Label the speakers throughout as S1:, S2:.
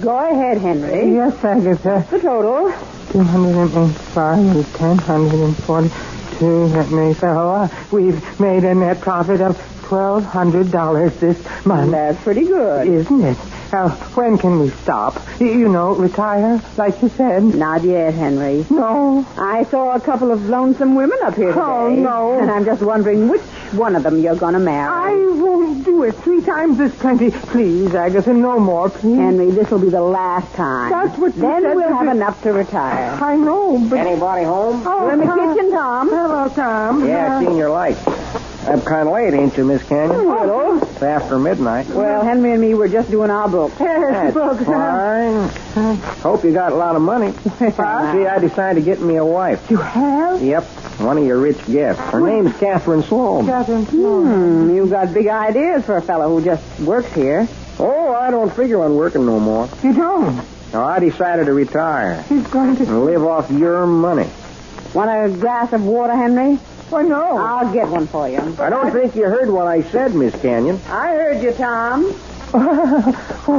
S1: Go ahead, Henry.
S2: Yes, Agatha.
S1: The total.
S2: 285 and 10, 142. That makes a lot. We've made a net profit of $1,200 this month.
S1: That's pretty good.
S2: Isn't it? Now, when can we stop? Y- You know, retire, like you said.
S1: Not yet, Henry.
S2: No.
S1: I saw a couple of lonesome women up here today.
S2: Oh, no.
S1: And I'm just wondering which one of them you're going to
S2: I
S1: marry.
S2: won't do it. Three times is plenty. Please, Agatha, no more, please.
S1: Henry, this will be the last time.
S2: That's what you
S1: Then
S2: said
S1: we'll
S2: to
S1: have
S2: me.
S1: enough to retire.
S2: I know, but...
S3: Anybody home?
S2: Oh,
S1: We're in the
S2: Tom.
S1: kitchen, Tom.
S2: Hello, Tom.
S3: Yeah, seen your light. Up kind of late, ain't you, Miss Canyon?
S2: Oh,
S3: It's after midnight.
S1: Well, Henry and me were just doing our book.
S2: Yes,
S3: That's
S2: Brooks.
S3: fine. Hope you got a lot of money. See, I decided to get me a wife.
S2: You have?
S3: Yep, one of your rich gifts. Her name's Catherine Sloan.
S2: Catherine.
S1: Hmm, you've got big ideas for a fellow who just works here.
S3: Oh, I don't figure on working no more.
S2: You don't.
S3: No, I decided to retire
S2: He's going to...
S3: and live off your money.
S1: Want a glass of water, Henry?
S2: Oh, no.
S1: I'll get one for you.
S3: I don't think you heard what I said, Miss Canyon.
S1: I heard you, Tom.
S2: well,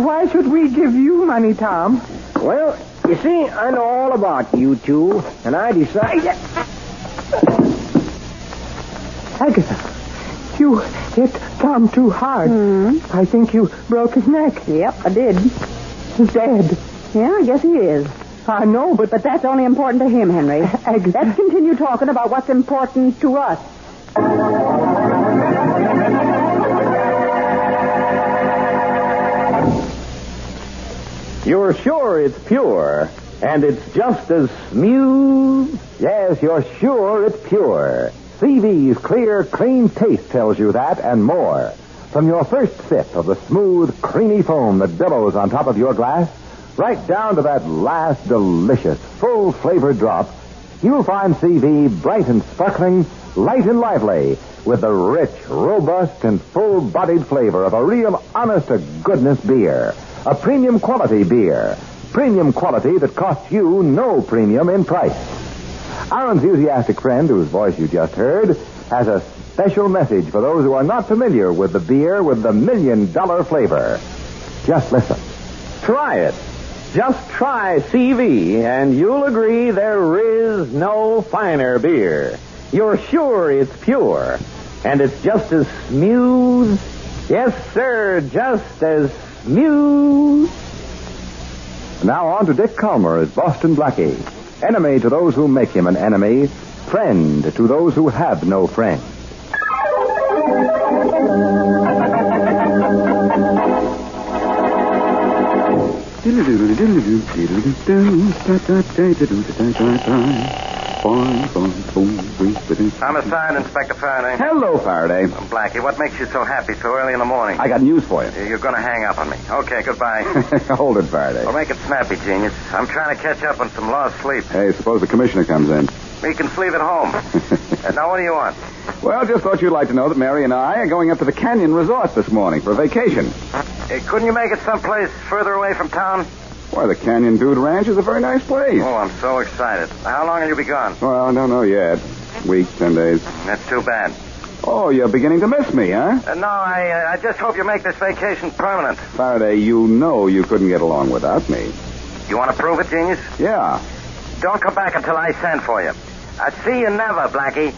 S2: why should we give you money, Tom?
S3: Well, you see, I know all about you two, and I decided.
S2: Agatha, you hit Tom too hard. I think you broke his neck.
S1: Yep, I did.
S2: He's dead.
S1: Yeah, I guess he is.
S2: I know, but
S1: But that's only important to him, Henry. Let's continue talking about what's important to us.
S4: You're sure it's pure, and it's just as smooth. Yes, you're sure it's pure. CV's clear, clean taste tells you that and more. From your first sip of the smooth, creamy foam that billows on top of your glass, right down to that last delicious, full flavored drop, you'll find CV bright and sparkling, light and lively, with the rich, robust, and full bodied flavor of a real honest to goodness beer. A premium quality beer. Premium quality that costs you no premium in price. Our enthusiastic friend, whose voice you just heard, has a special message for those who are not familiar with the beer with the million dollar flavor. Just listen. Try it. Just try CV, and you'll agree there is no finer beer. You're sure it's pure, and it's just as smooth. Yes, sir, just as smooth. Now on to Dick Calmer as Boston Blackie. Enemy to those who make him an enemy, friend to those who have no friend.
S5: I'm assigned Inspector Faraday.
S4: Hello, Faraday.
S5: I'm Blackie. What makes you so happy so early in the morning?
S4: I got news for you.
S5: You're going to hang up on me. Okay, goodbye.
S4: Hold it, Faraday.
S5: well, make it snappy, genius. I'm trying to catch up on some lost sleep.
S4: Hey, suppose the commissioner comes in.
S5: We can sleep at home. Uh, now, what do you want?
S4: Well, just thought you'd like to know that Mary and I are going up to the Canyon Resort this morning for a vacation.
S5: Uh, couldn't you make it someplace further away from town?
S4: Why, the Canyon Dude Ranch is a very nice place.
S5: Oh, I'm so excited. How long will you be gone?
S4: Well, I don't know yet. Week, ten days.
S5: That's too bad.
S4: Oh, you're beginning to miss me, huh?
S5: Uh, no, I, uh, I just hope you make this vacation permanent.
S4: Faraday, you know you couldn't get along without me.
S5: You want to prove it, genius?
S4: Yeah.
S5: Don't come back until I send for you. I see you never, Blackie.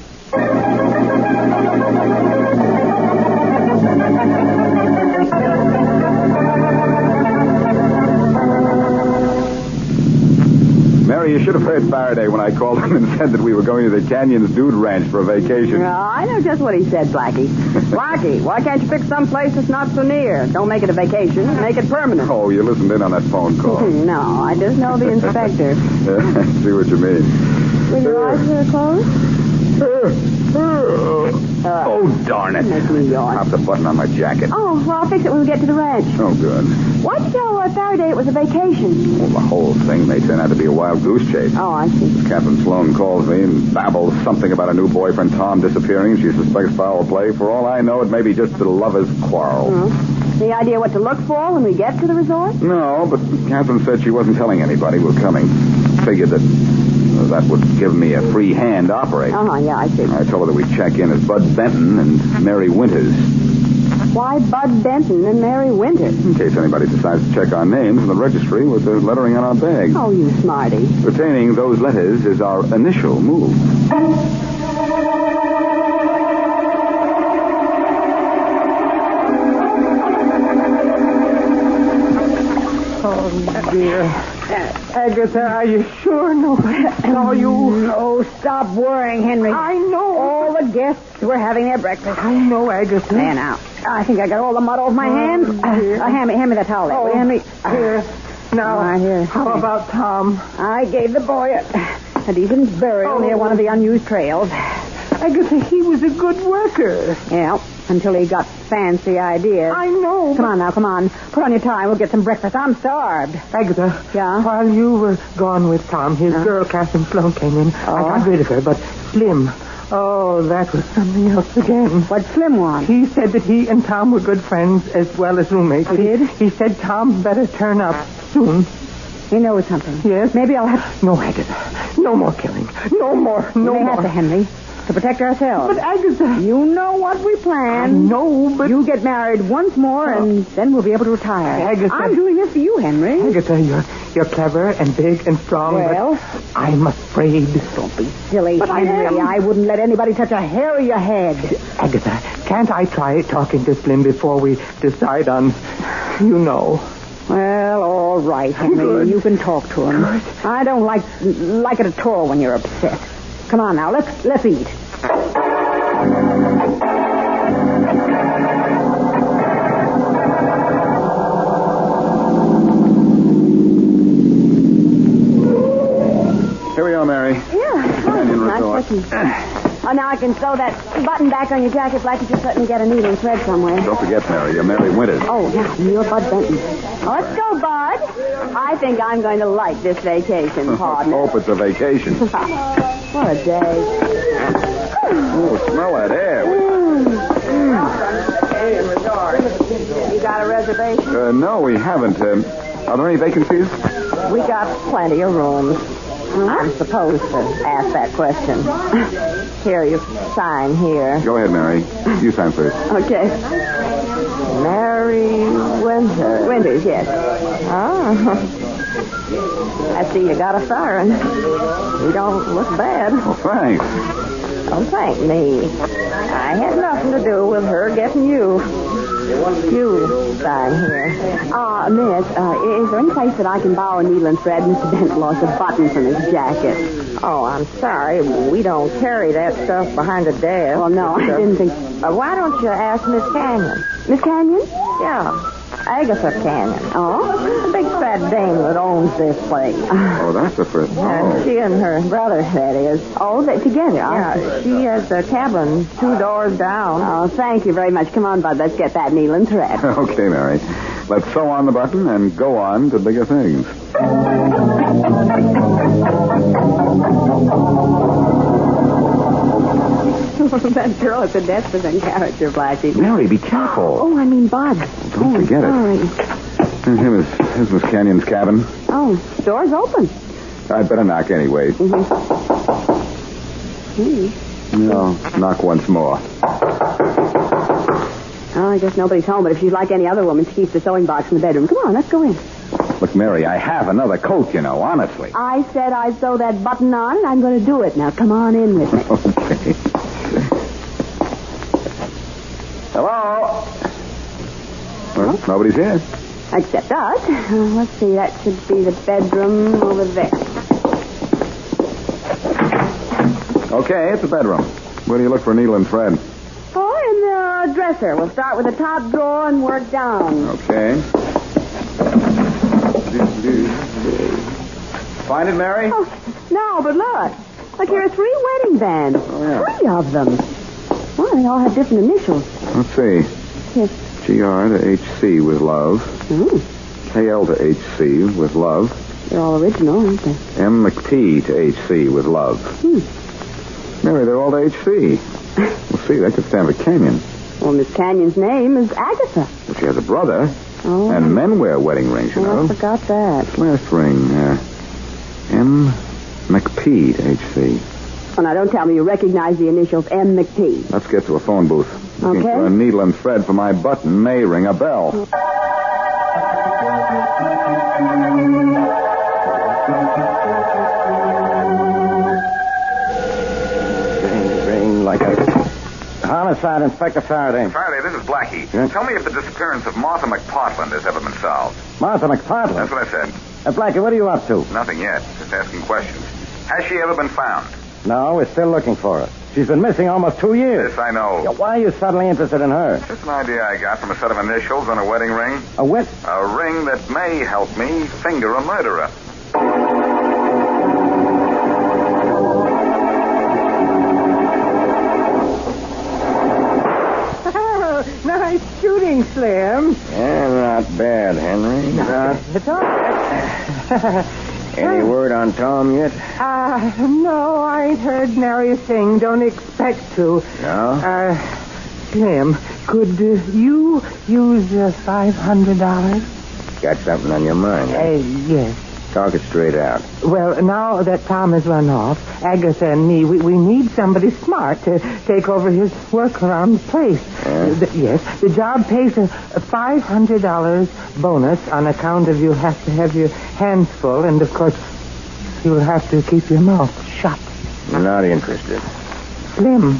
S4: Mary, you should have heard Faraday when I called him and said that we were going to the Canyon's Dude Ranch for a vacation.
S1: No, I know just what he said, Blackie. Blackie, why can't you pick some place that's not so near? Don't make it a vacation. Make it permanent.
S4: Oh, you listened in on that phone call.
S1: No, I just know the inspector.
S4: Uh, see what you mean.
S1: Will your eyes closed?
S4: Uh, Oh, darn
S1: That's
S4: it.
S1: New York.
S4: Pop the button on my jacket.
S1: Oh, well, I'll fix it when we get to the ranch.
S4: Oh, good.
S1: Why'd you tell uh, Faraday it was a vacation?
S4: Well, the whole thing may turn out to be a wild goose chase.
S1: Oh, I see.
S4: Captain Sloan calls me and babbles something about her new boyfriend Tom disappearing. She suspects foul play. For all I know, it may be just a lover's quarrel.
S1: Hmm. Any idea what to look for when we get to the resort?
S4: No, but Catherine said she wasn't telling anybody we're coming. Figured that uh, that would give me a free hand to operate.
S1: Uh huh, yeah, I see.
S4: I told her that we'd check in as Bud Benton and Mary Winters.
S1: Why Bud Benton and Mary Winter?
S4: In case anybody decides to check our names in the registry with the lettering on our bag.
S1: Oh, you smarty.
S4: Retaining those letters is our initial move.
S2: Oh, dear. Agatha, are you sure nobody saw you?
S6: No, stop worrying, Henry.
S2: I know.
S6: All the guests were having their breakfast.
S2: I know, Agatha.
S6: There now. I think I got all the mud off my hands. Uh, hand, me, hand me the towel there, will
S2: Oh.
S6: you, Henry?
S2: Here. Now,
S6: Ah, here.
S2: how about Tom?
S6: I gave the boy a, a decent burial near one of the unused trails.
S2: Agatha, he was a good worker.
S6: Yeah, until he got fancy ideas.
S2: I know.
S6: Come on now, come on. Put on your tie. We'll get some breakfast. I'm starved.
S2: Agatha.
S6: Yeah? Uh-huh.
S2: While you were gone with Tom, his girl, Catherine Sloan, came in.
S6: Oh.
S2: I got rid of her, but Slim. Oh, that was something else again.
S6: What'd Slim want?
S2: He said that he and Tom were good friends as well as roommates. He did? He said Tom better turn up soon.
S6: He knows something.
S2: Yes?
S6: Maybe I'll have
S2: No, Agatha. No more killing. No more. No
S6: we may
S2: more.
S6: have to, Henry, to protect ourselves.
S2: But Agatha.
S6: you know what we planned.
S2: No, but Oh.
S6: You get married once more, and then we'll be able to retire.
S2: Agatha.
S6: I'm doing this for you, Henry.
S2: Agatha, you're you're clever and big and strong.
S6: Well?
S2: but I'm afraid. Don't be.
S6: Silly
S2: But I
S6: Henry,
S2: am.
S6: I, wouldn't let anybody touch a hair of your head.
S2: Agatha, can't I try talking to Slim before we decide on, you know?
S6: Well, all right, Henry. You can talk to him. I don't like like it at all when you're upset. Come on now, let's let's eat.
S4: Here we are, Mary.
S1: Yeah.
S4: Canyon Resort.
S1: Oh, now I can sew that button back on your jacket, Blackie. Just let me get a needle and thread somewhere.
S4: Eh, Don't forget, Mary, you're Mary Winters.
S1: Oh, yeah, you're Bud Benton. Let's go, Bud. I think I'm going to like this vacation, partner.
S4: Hope it's a vacation.
S1: what a day.
S4: oh, smell that air.
S1: You got a reservation?
S4: Uh, no, we haven't. Um, are there any vacancies?
S1: We got plenty of rooms. I'm supposed to ask that question. Here, you sign here.
S4: Go ahead, Mary. You sign first.
S1: Okay. Mary Winter. Winters, yes. Oh. I see you got a siren. You don't look bad.
S4: Oh, thanks.
S1: Don't thank me. I had nothing to do with her getting you. You sign here. Ah, miss, uh, is there any place that I can borrow a needle and thread? Mr. Dent lost a button from his jacket. Oh, I'm sorry. We don't carry that stuff behind the desk. Well, no, I didn't think. Uh, why don't you ask Miss Canyon? Miss Canyon? Yeah. Agatha Canyon. Oh? The big fat dame that owns this place.
S4: Oh, that's the first.
S1: And
S4: Oh.
S1: she and her brother, that is. Oh, they're together. Yeah, she has a cabin two doors down. Oh, thank you very much. Come on, Bud. Let's get that needle and thread.
S4: Okay, Mary. Let's sew on the button and go on to bigger things.
S1: that girl is a desperate character, Blackie.
S4: Mary, be careful.
S1: Oh, I mean Bud.
S4: Don't forget it.
S1: Sorry.
S4: Uh, Here was, this was Canyon's cabin.
S1: Oh, door's open. Mm-hmm.
S4: I'd better knock anyway. No, knock once more.
S1: Oh, I guess nobody's home, but if she's like any other woman, she keeps the sewing box in the bedroom. Come on, let's go in.
S4: Look, Mary, I have another coat, you know, honestly.
S1: I said I'd sew that button on, and I'm going to do it. Now, come on in with me.
S4: Okay. Hello? Well, nobody's here.
S1: Except us. Uh, let's see, that should be the bedroom over there.
S4: Okay, it's a bedroom. Where do you look for needle and thread?
S1: Oh, in the dresser. We'll start with the top drawer and work down.
S4: Okay. Find it, Mary?
S1: Oh, no, but look. Look, here are three wedding bands. Three of them. Well, they all have different initials.
S7: Let's see.
S1: Yes.
S7: GR to HC with love.
S1: Mm,
S7: KL to HC with love.
S1: they're all original, aren't they?
S7: M McP to HC with love. Mary, they're all to HC. Well, see, that could stand for Canyon.
S1: Well, Miss Canyon's name is Agatha.
S7: But she has a brother.
S1: Oh,
S7: And men wear wedding rings, you
S1: I
S7: know.
S1: forgot that.
S7: Last ring, uh, M McP to HC.
S1: Oh, now, don't tell me you recognize the initials M. McTeague.
S7: Let's get to a phone booth. Looking
S1: Okay.
S7: for a needle and thread for my button may ring a bell.
S3: Ring, ring like a... Homicide, Inspector Faraday.
S5: Faraday, this is Blackie.
S3: Yeah.
S5: Tell me if the disappearance of Martha McPartland has ever been solved.
S3: Martha McPartland.
S5: That's what I said.
S3: Uh, Blackie, what are you up to?
S5: Nothing yet. Just asking questions. Has she ever been found?
S3: No, we're still looking for her. She's been missing almost two years.
S5: Yes, I know.
S3: Why are you suddenly interested in her?
S5: Just an idea I got from a set of initials on a wedding ring.
S3: A wit?
S5: A ring that may help me finger a murderer.
S2: nice shooting, Slim.
S3: Yeah, not bad, Henry.
S2: It's all right.
S3: any word on Tom yet?
S2: Uh, no, I ain't heard nary a thing. Don't expect to.
S3: No?
S2: Uh, Slim, could uh, you use uh, $500?
S3: Got something on your mind?
S2: Uh,
S3: huh?
S2: yes.
S3: Talk it straight out.
S2: Well, now that Tom has run off, Agatha and me, we, we need somebody smart to take over his work around the place.
S3: Yeah?
S2: The- yes, the job pays a a $500 bonus on account of you have to have your hands full, and of course, you'll have to keep your mouth shut.
S3: Not interested.
S2: Slim,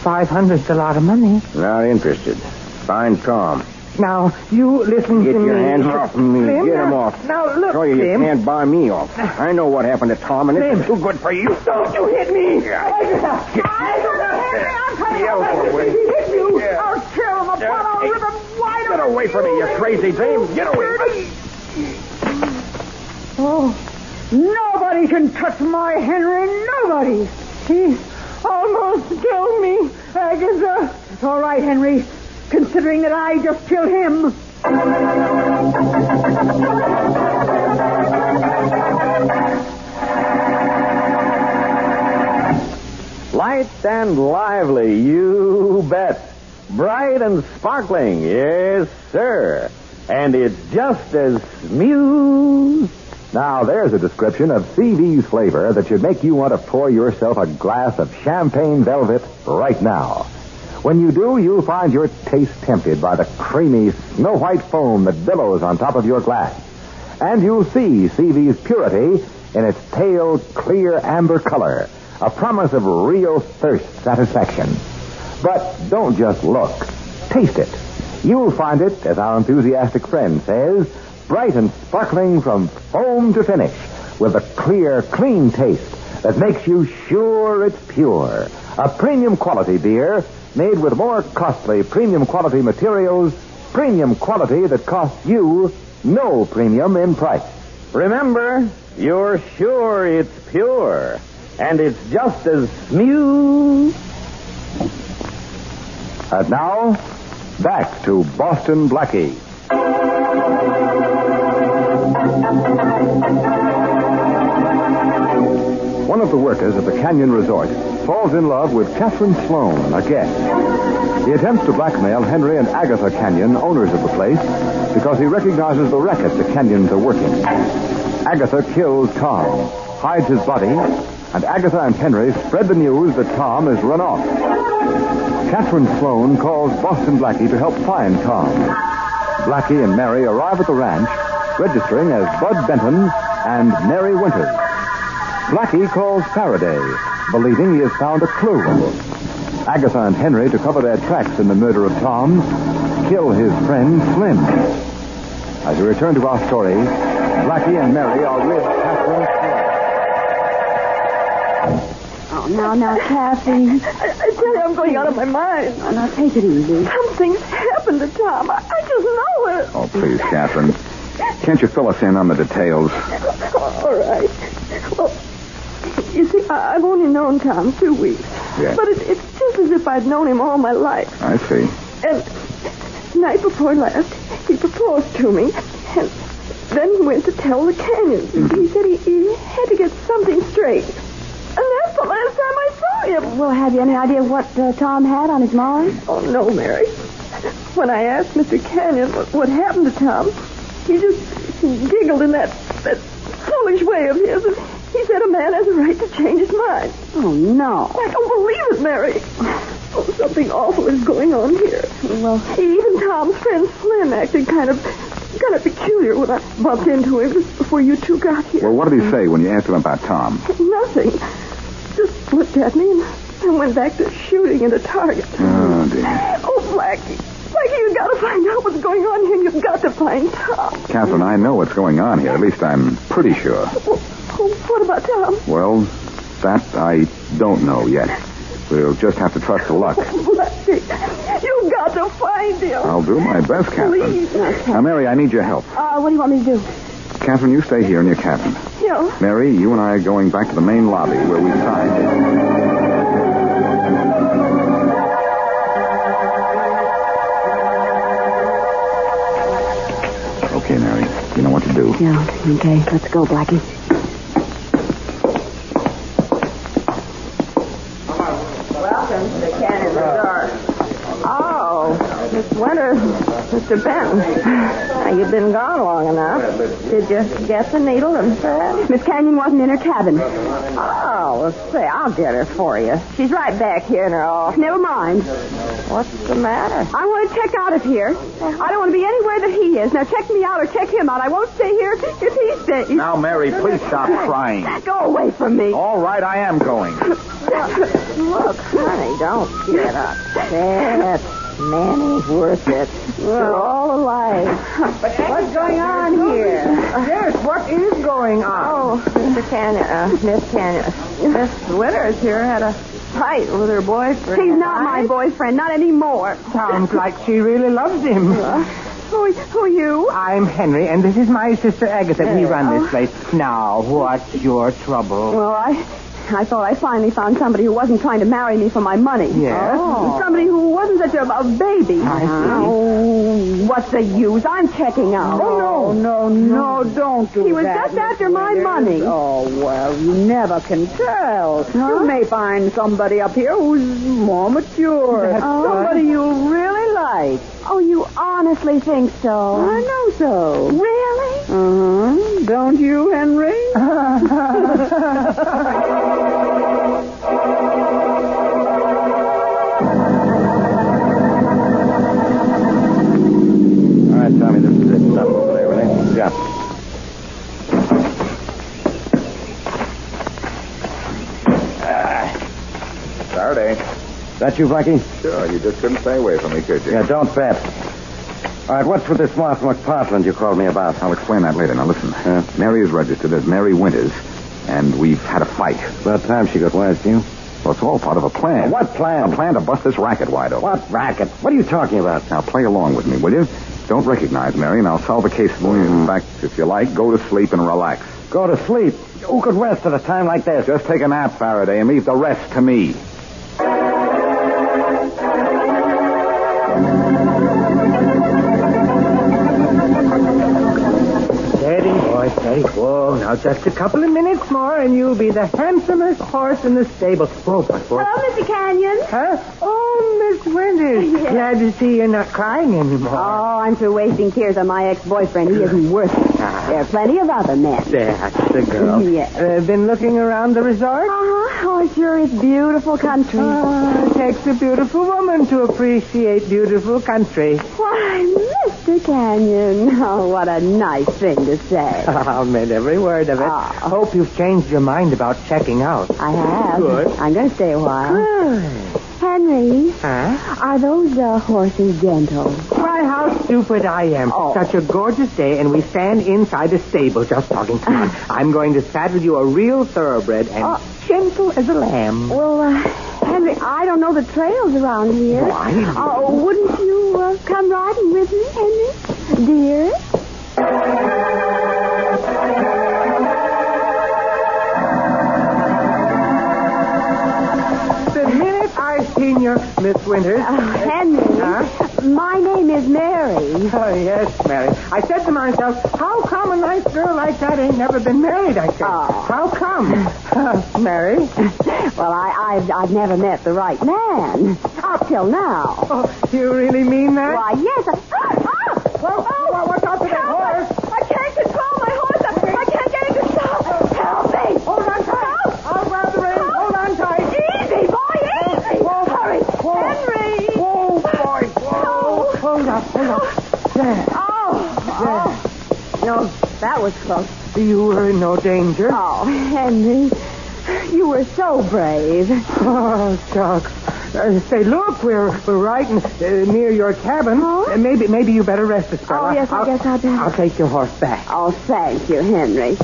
S2: 500's a lot of money.
S3: Not interested. Find Tom.
S2: Now, you listen
S3: Get
S2: to me.
S3: your hands off me.
S2: Slim,
S3: Get 'em
S2: now-
S3: off.
S2: Now, look,
S3: Show you, you
S2: Slim.
S3: can't buy me off. I know what happened to Tom, and it's too good for you. Don't you hit me!
S2: hit you.
S3: I'll
S2: kill him.
S3: I'll rip Get away from me, you crazy thing! Get away!
S2: Nobody can touch my Henry. Nobody. He almost killed me, Agatha. It's all right, Henry. Considering that I just killed him.
S4: Light and lively, you bet. Bright and sparkling, yes, sir. And it's just as smooth. Now, there's a description of CV's flavor that should make you want to pour yourself a glass of champagne velvet right now. When you do, you'll find your taste tempted by the creamy, snow white foam that billows on top of your glass. And you'll see CV's purity in its pale, clear amber color, a promise of real thirst satisfaction. But don't just look, taste it. You'll find it, as our enthusiastic friend says, bright and sparkling from foam to finish, with a clear, clean taste that makes you sure it's pure. A premium quality beer made with more costly premium quality materials, premium quality that costs you no premium in price.
S3: Remember,
S4: You're sure it's pure, and it's just as smooth. And now, back to Boston Blackie. One of the workers at the Canyon Resort falls in love with Catherine Sloan, a guest. He attempts to blackmail Henry and Agatha Canyon, owners of the place, because he recognizes the racket the Canyons are working. Agatha kills Tom, hides his body, and Agatha and Henry spread the news that Tom has run off. Catherine Sloan calls Boston Blackie to help find Tom. Blackie and Mary arrive at the ranch, registering as Bud Benton and Mary Winters. Blackie calls Faraday, believing he has found a clue. Agatha and Henry, to cover their tracks in the murder of Tom, kill his friend Slim. As we return to our story, Blackie and Mary are with Catherine. Sloan.
S1: Oh, now, now, Kathy.
S6: I, I tell you, I'm going out of my mind.
S1: Oh, now, take it easy.
S6: Something's happened to Tom. I, I just know it.
S7: Oh, please, Catherine. Can't you fill us in on the details?
S6: All right. Well,
S1: You see, I, I've only known Tom two weeks.
S4: Yeah.
S1: But it, it's just as if I'd known him all my life.
S4: I see.
S1: And night before last, he proposed to me. And then he went to tell the Canyons.
S6: Hmm.
S1: He said he, he had to get something straight. And that's the last time I saw him.
S6: Well, have you any idea what uh, Tom had on his mind?
S1: Oh, no, Mary. When I asked Mr. Canyon what, what happened to Tom, he just giggled in that, that foolish way of his. And he said a man has a right to change his mind.
S6: Oh, no.
S1: I don't believe it, Mary. Oh, something awful is going on here. Well, even Tom's friend Slim acted kind of kind of peculiar when I bumped into him just before you two got here.
S4: Well, what did he say when you asked him about Tom?
S1: Nothing. Just looked at me and, and went back to shooting at a target.
S4: Oh, dear.
S1: Oh, Blackie. Blackie, you gotta find out what's going on here. You've got to find Tom.
S4: Catherine, I know what's going on here. At least I'm pretty sure.
S1: Well, oh, what about Tom?
S4: Well, that I don't know yet. We'll just have to trust to luck.
S1: Blackie, you've got to find him.
S4: I'll do my best, Catherine.
S1: Please.
S4: Now, Mary, I need your help.
S6: Uh, what do you want me to do?
S4: Catherine, you stay here in your cabin.
S1: Yeah.
S4: Mary, you and I are going back to the main lobby where we signed. Okay, Mary. You know what to do.
S6: Yeah, okay. Let's go, Blackie.
S1: Welcome to the Cannon Bazaar. Oh, Miss Winters, Mr. Benton. Now, you've been gone long enough. Did you get the needle and thread?
S6: Miss Canyon wasn't in her cabin.
S1: Oh, well, say, I'll get her for you. She's right back here in her office.
S6: Never mind.
S1: What's the matter?
S6: I want to check out of here. I don't want to be anywhere that he is. Now check me out or check him out. I won't stay here if he stays.
S5: Now, Mary, please stop crying.
S6: Go away from
S4: Oh,
S6: me.
S5: All right, I am going.
S1: Look, honey, don't get up. That man is worth it. We're all alive. But what's going on here? Yes, what is going on? Oh, Mr. Cannon, uh, Miss Cannon, Miss Winters here had a fight with her boyfriend.
S6: He's not my boyfriend, not anymore.
S2: Sounds like she really loves him.
S6: Who, who are you? Oh.
S2: I'm Henry, and this is my sister Agatha. We run this place. Now, what's your trouble?
S6: Well, I, I thought I finally found somebody who wasn't trying to marry me for my money.
S2: Yes. Oh.
S6: Somebody who wasn't such a, a baby. Oh, what's the use? I'm checking out.
S2: Oh, no, no, no, don't do
S6: He was
S2: that,
S6: just
S2: Miss
S6: after my
S2: Winters.
S6: money.
S2: Oh, well, you never can tell. You may find somebody up here who's more mature. somebody you'll really like.
S6: Oh, you honestly think so?
S2: I know so.
S6: Really?
S2: Uh-huh. Don't you, Henry?
S5: All right, Tommy, this is it. Stop over there, will you? Yeah. Ah.
S4: Saturday.
S5: That you, Blackie?
S4: Sure, you just couldn't stay away from me, could you?
S5: Yeah, don't bet. All right, what's with this Martha McPartland you called me about?
S4: I'll explain that later. Now, listen. Mary is registered as Mary Winters, and we've had a fight.
S5: About time she got wise to you.
S4: Well, it's all part of a plan.
S5: What plan?
S4: A plan to bust this racket wide open.
S5: What racket? What are you talking about?
S4: Now, play along with me, will you? Don't recognize Mary, and I'll solve the case for you. In fact, if you like, go to sleep and relax.
S5: Mm-hmm. Go to sleep. Who could rest at a time like this?
S4: Just take a nap, Faraday, and leave the rest to me.
S2: Steady, boy, steady. Whoa, now just a couple of minutes more, and you'll be the handsomest horse in the stable. Whoa, but whoa.
S6: Hello, Mr. Canyon.
S2: Huh? Oh, Miss Winters. Glad to see you're not crying anymore.
S6: Oh, I'm through wasting tears on my ex-boyfriend. He isn't worth it. There are plenty of other men.
S2: Ah, That's the girl.
S6: Yeah.
S2: Uh, been looking around the resort?
S6: Uh-huh. Oh, sure, it's beautiful country.
S2: Ah, it takes a beautiful woman to appreciate beautiful country.
S6: Why, Mr. Canyon. Oh, what a nice thing to say.
S2: I'll meant every word of it.
S6: Ah.
S2: Hope you've changed your mind about checking out.
S6: I have.
S2: Good.
S6: I'm going to stay a while.
S2: Good.
S6: Henry,
S2: Huh?
S6: are those uh, horses gentle?
S2: Why, how stupid I am. Such a gorgeous day, and we stand inside a stable just talking. Come on. I'm going to saddle you a real thoroughbred and gentle as a lamb.
S6: Well, uh, Henry, I don't know the trails around here.
S2: Why?
S6: Oh, wouldn't you uh, come riding with me, Henry? Dear? Oh,
S2: Ah.
S3: is Mary.
S2: Oh, yes, Mary. I said to myself, how come a nice girl like that ain't never been married, I said. How come? Ah. Mary?
S3: Well, I, I've, I've never met the right man up till now.
S2: Oh, you really mean that?
S3: Why, yes. I... Ah, ah!
S2: Well, oh, well, what's up with that horse?
S3: I can't control my horse. I, I can't get it to stop. Help me.
S2: Hold on tight. I'll grab the reins. Hold on tight.
S3: Easy, boy, easy.
S2: Whoa.
S3: Hurry.
S2: Whoa.
S3: Henry.
S2: Whoa, boy, whoa. Hold up, hold up. There.
S3: Oh, oh. No, that was close.
S2: You were in no danger.
S3: Oh, Henry, you were so brave.
S2: Oh, shucks. Uh, say, look, we're, we're right in, uh, near your cabin. Uh, maybe maybe you better rest a spell.
S3: Oh, yes, I
S2: I'll-
S3: guess I better.
S2: I'll take your horse back.
S3: Oh, thank you, Henry.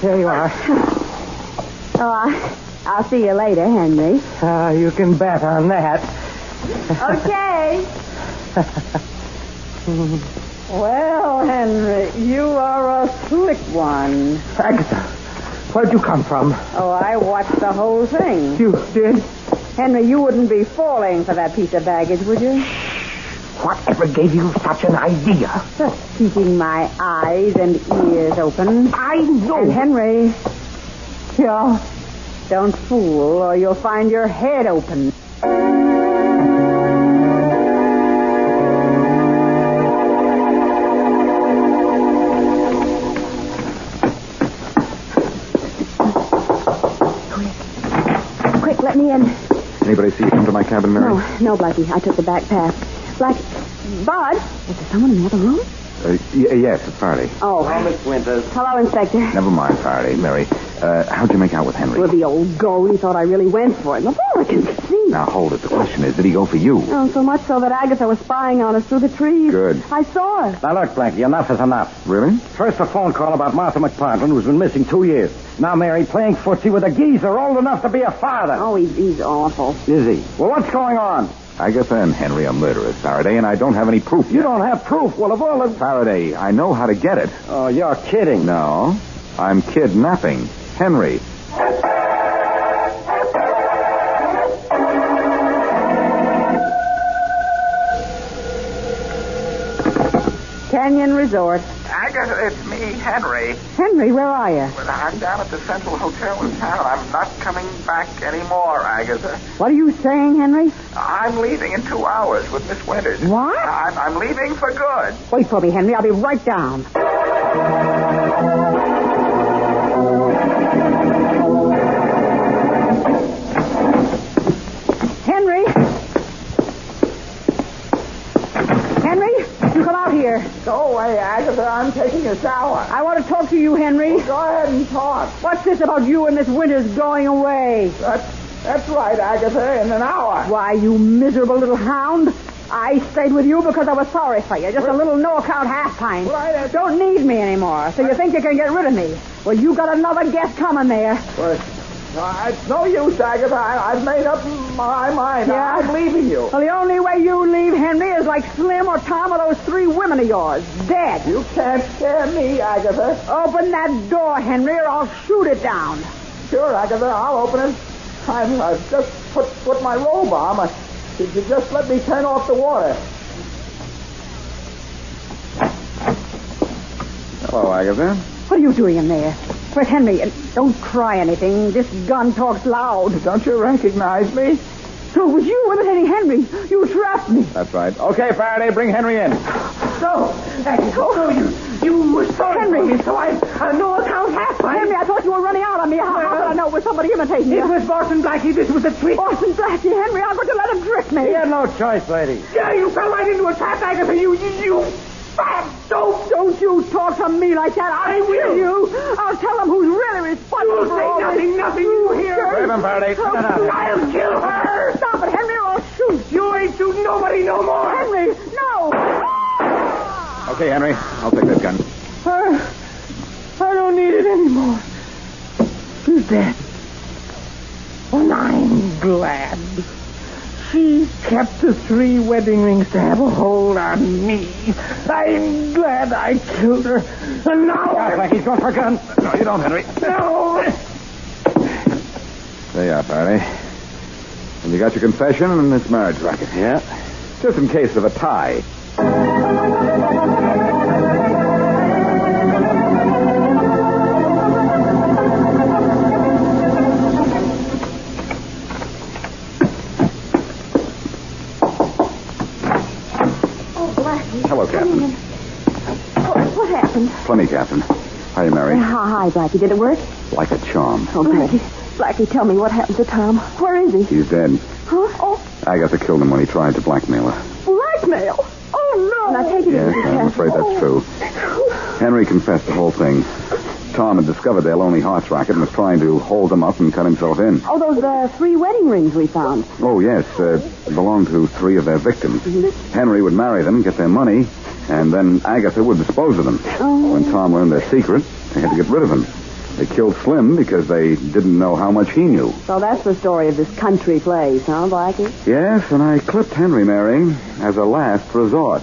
S2: There you are.
S3: Oh, I, I'll see you later, Henry.
S2: Ah, you can bet on that.
S3: Okay.
S1: Well, Henry, you are a slick one.
S2: Agatha, where'd you come from?
S1: Oh, I watched the whole thing.
S2: You did?
S1: Henry, you wouldn't be falling for that piece of baggage, would you?
S2: Whatever gave you such an idea?
S1: Just keeping my eyes and ears open.
S2: I know.
S1: And Henry,
S2: Yeah.
S1: don't fool or you'll find your head open.
S3: Quick, let me in.
S4: Anybody see you come to my cabin, Mary?
S3: Oh, no, Blackie. I took the back path. Black, Bud, is there someone in the other room?
S4: Uh, y- yes, it's Faraday.
S3: Oh,
S5: Miss Winters.
S3: hello, Inspector.
S4: Never mind, Faraday. Mary, uh, how'd you make out with Henry?
S3: Well, the old goat, he thought I really went for it. Look, all I can see.
S4: Now, hold it. The question is, did he go for you?
S3: Oh, so much so that Agatha was spying on us through the trees.
S4: Good.
S3: I saw her.
S8: Now, look, Blackie, enough is enough.
S4: Really?
S8: First, a phone call about Martha McPartland, who's been missing two years. Now, Mary, playing footsie with a geezer old enough to be a father.
S3: Oh, he's, he's awful.
S8: Is he? Well, what's going on?
S4: I guess I am Henry a murderer, Faraday, and I don't have any proof
S8: You
S4: yet.
S8: don't have proof. Well, of all the...
S4: Faraday, I know how to get it.
S8: Oh, you're kidding.
S4: No, I'm kidnapping Henry.
S1: Canyon Resort.
S5: I guess it's me, Henry.
S1: Henry, where are you?
S5: Well, I'm down at the Central Hotel in town. I'm not coming back anymore, Agatha.
S1: What are you saying, Henry?
S5: I'm leaving in two hours with Miss Winters.
S1: What?
S5: I'm, I'm leaving for good.
S1: Wait for me, Henry. I'll be right down. Henry! Henry, come out here.
S2: Go away, Agatha. I'm taking a shower.
S1: I want to talk to you, Henry.
S2: Go ahead and talk.
S1: What's this about you and Miss Winters going away?
S2: That's, that's right, Agatha, in an hour.
S1: Why, you miserable little hound. I stayed with you because I was sorry for you. Just a little no-account half-pint.
S2: Well, I don't-
S1: Don't need me anymore. So you think you can get rid of me? Well, you got another guest coming there.
S2: Well, uh, it's no use, Agatha. I, I've made up my mind.
S1: Yeah?
S2: I'm leaving you.
S1: Well, the only way you leave Henry is like Slim or Tom or those three women of yours. Dead.
S2: You can't scare me, Agatha.
S1: Open that door, Henry, or I'll shoot it down.
S2: Sure, Agatha, I'll open it. I'm, I've just put, put my robe on. I- Did you just let me turn off the water?
S8: Oh,
S4: Hello, Agatha.
S1: What are you doing in there? Where's Henry? And Don't cry anything. This gun talks loud.
S2: Don't you recognize me?
S1: So it was you and Henry Henry. You trapped me.
S4: That's right. Okay, Faraday, bring Henry in.
S2: So, so you, you were sorry for me, so I, I no account half. I
S1: Henry, I thought you were running out on me. How, how did I know it was somebody imitating
S2: It
S1: you?
S2: was Boston Blackie. This was a trick.
S1: Boston Blackie, Henry, I'm going to let him trick me.
S8: You had no choice, lady.
S2: Yeah, you fell right into a trap, Agatha. You, you, you bad dope.
S1: Don't you talk to me like that. I'll
S2: I will.
S1: kill you. I'll tell them who's really responsible
S2: You'll
S1: for
S2: say
S1: all this.
S2: nothing, nothing. You
S8: Grab him,
S2: hear?
S8: Faraday. Sit down.
S2: I'll kill her.
S1: Stop it, Henry, or I'll shoot.
S2: You ain't shooting nobody no more.
S1: Henry, no.
S4: Okay, Henry, I'll take that gun.
S2: I, I don't need it anymore. She's dead. And I'm glad. She kept the three wedding rings to have a hold on me. I'm glad I killed her. And now
S8: Ah,
S2: I...
S8: Blackie, he's going for a gun.
S4: No, you don't, Henry.
S2: No!
S4: There you are, Faraday. And you got your confession and this marriage racket.
S8: Yeah.
S7: Just in case of a tie.
S3: Oh.
S1: Oh, Blackie.
S7: Hello, Captain.
S1: What, what happened?
S7: Plenty, Captain. Hiya, Mary.
S1: Hi, hi, Blackie. Did it work?
S7: Like a charm.
S1: Oh, Blackie. Blackie, tell me what happened to Tom. Where is he?
S7: He's dead.
S1: Huh? Oh,
S7: Agatha killed him when he tried to blackmail her.
S1: blackmail. Oh, no. Oh. Now, take it
S7: Yes,
S1: easy,
S7: I'm afraid that's true. Henry confessed the whole thing. Tom had discovered their lonely hearts racket and was trying to hold them up and cut himself in.
S1: Oh, those uh, three wedding rings we found.
S7: Oh, yes, uh, belonged to three of their victims. Henry would marry them, get their money, and then Agatha would dispose of them.
S1: Oh.
S7: When Tom learned their secret, they had to get rid of him. They killed Slim because they didn't know how much he knew.
S1: So that's the story of this country place, huh, Blackie?
S7: Yes, and I clipped Henry, Mary, as a last resort.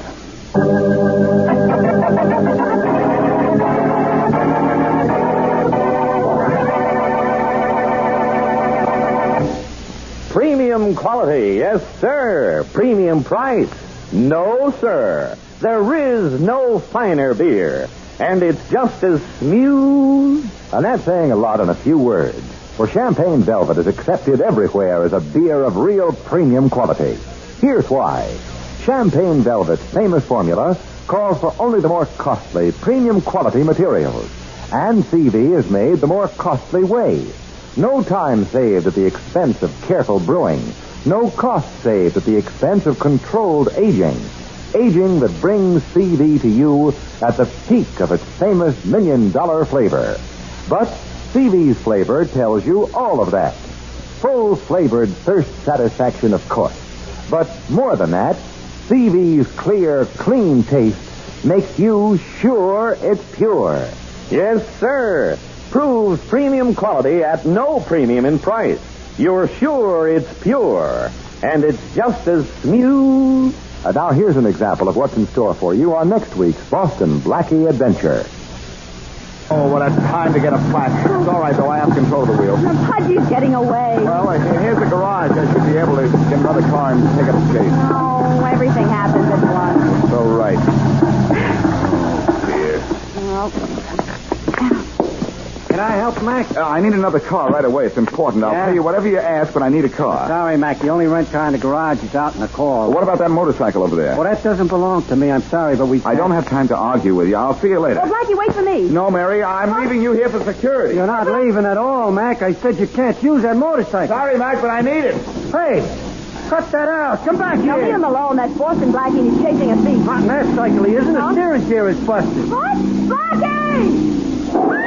S4: Premium quality, yes, sir. Premium price, no, sir. There is no finer beer, and it's just as smooth. And that's saying a lot in a few words. For Champagne Velvet is accepted everywhere as a beer of real premium quality. Here's why. Champagne Velvet's famous formula calls for only the more costly, premium quality materials. And CV is made the more costly way. No time saved at the expense of careful brewing. No cost saved at the expense of controlled aging. Aging that brings CV to you at the peak of its famous million dollar flavor. But CV's flavor tells you all of that. Full flavored thirst satisfaction, of course. But more than that, CV's clear, clean taste makes you sure it's pure. Yes, sir. Proves premium quality at no premium in price. You're sure it's pure, and it's just as smooth. Uh, now, here's an example of what's in store for you on next week's Boston Blackie Adventure.
S3: Oh, what a time to get a flat. It's all right, though. I have control of the wheel.
S1: Pudgy's getting away.
S3: Well, uh, here's the garage. I should be able to get another car and take it escape.
S1: Oh, everything happens at once.
S3: It's all right.
S7: Can I help, Mac? Uh, I need another car right away. It's important. I'll
S3: Yeah?
S7: pay you whatever you ask, but I need a car.
S3: Sorry, Mac. The only rent car in the garage is out in the
S7: Well,
S3: call.
S7: What about that motorcycle over there?
S3: Well, that doesn't belong to me. I'm sorry, but we.
S7: I don't have time to argue with you. I'll see you later.
S1: Oh, Blackie, wait for me.
S7: No, Mary, I'm leaving you here for security.
S3: You're not leaving at all, Mac. I said you can't use that motorcycle.
S7: Sorry, Mac, but I need it.
S3: Hey, cut that out. Come back
S1: Now, leave
S3: here.
S1: him alone. That's Boston Blackie, and he's chasing a thief.
S3: Not in that cycle. He isn't. The steering gear is busted.
S1: What? Blackie!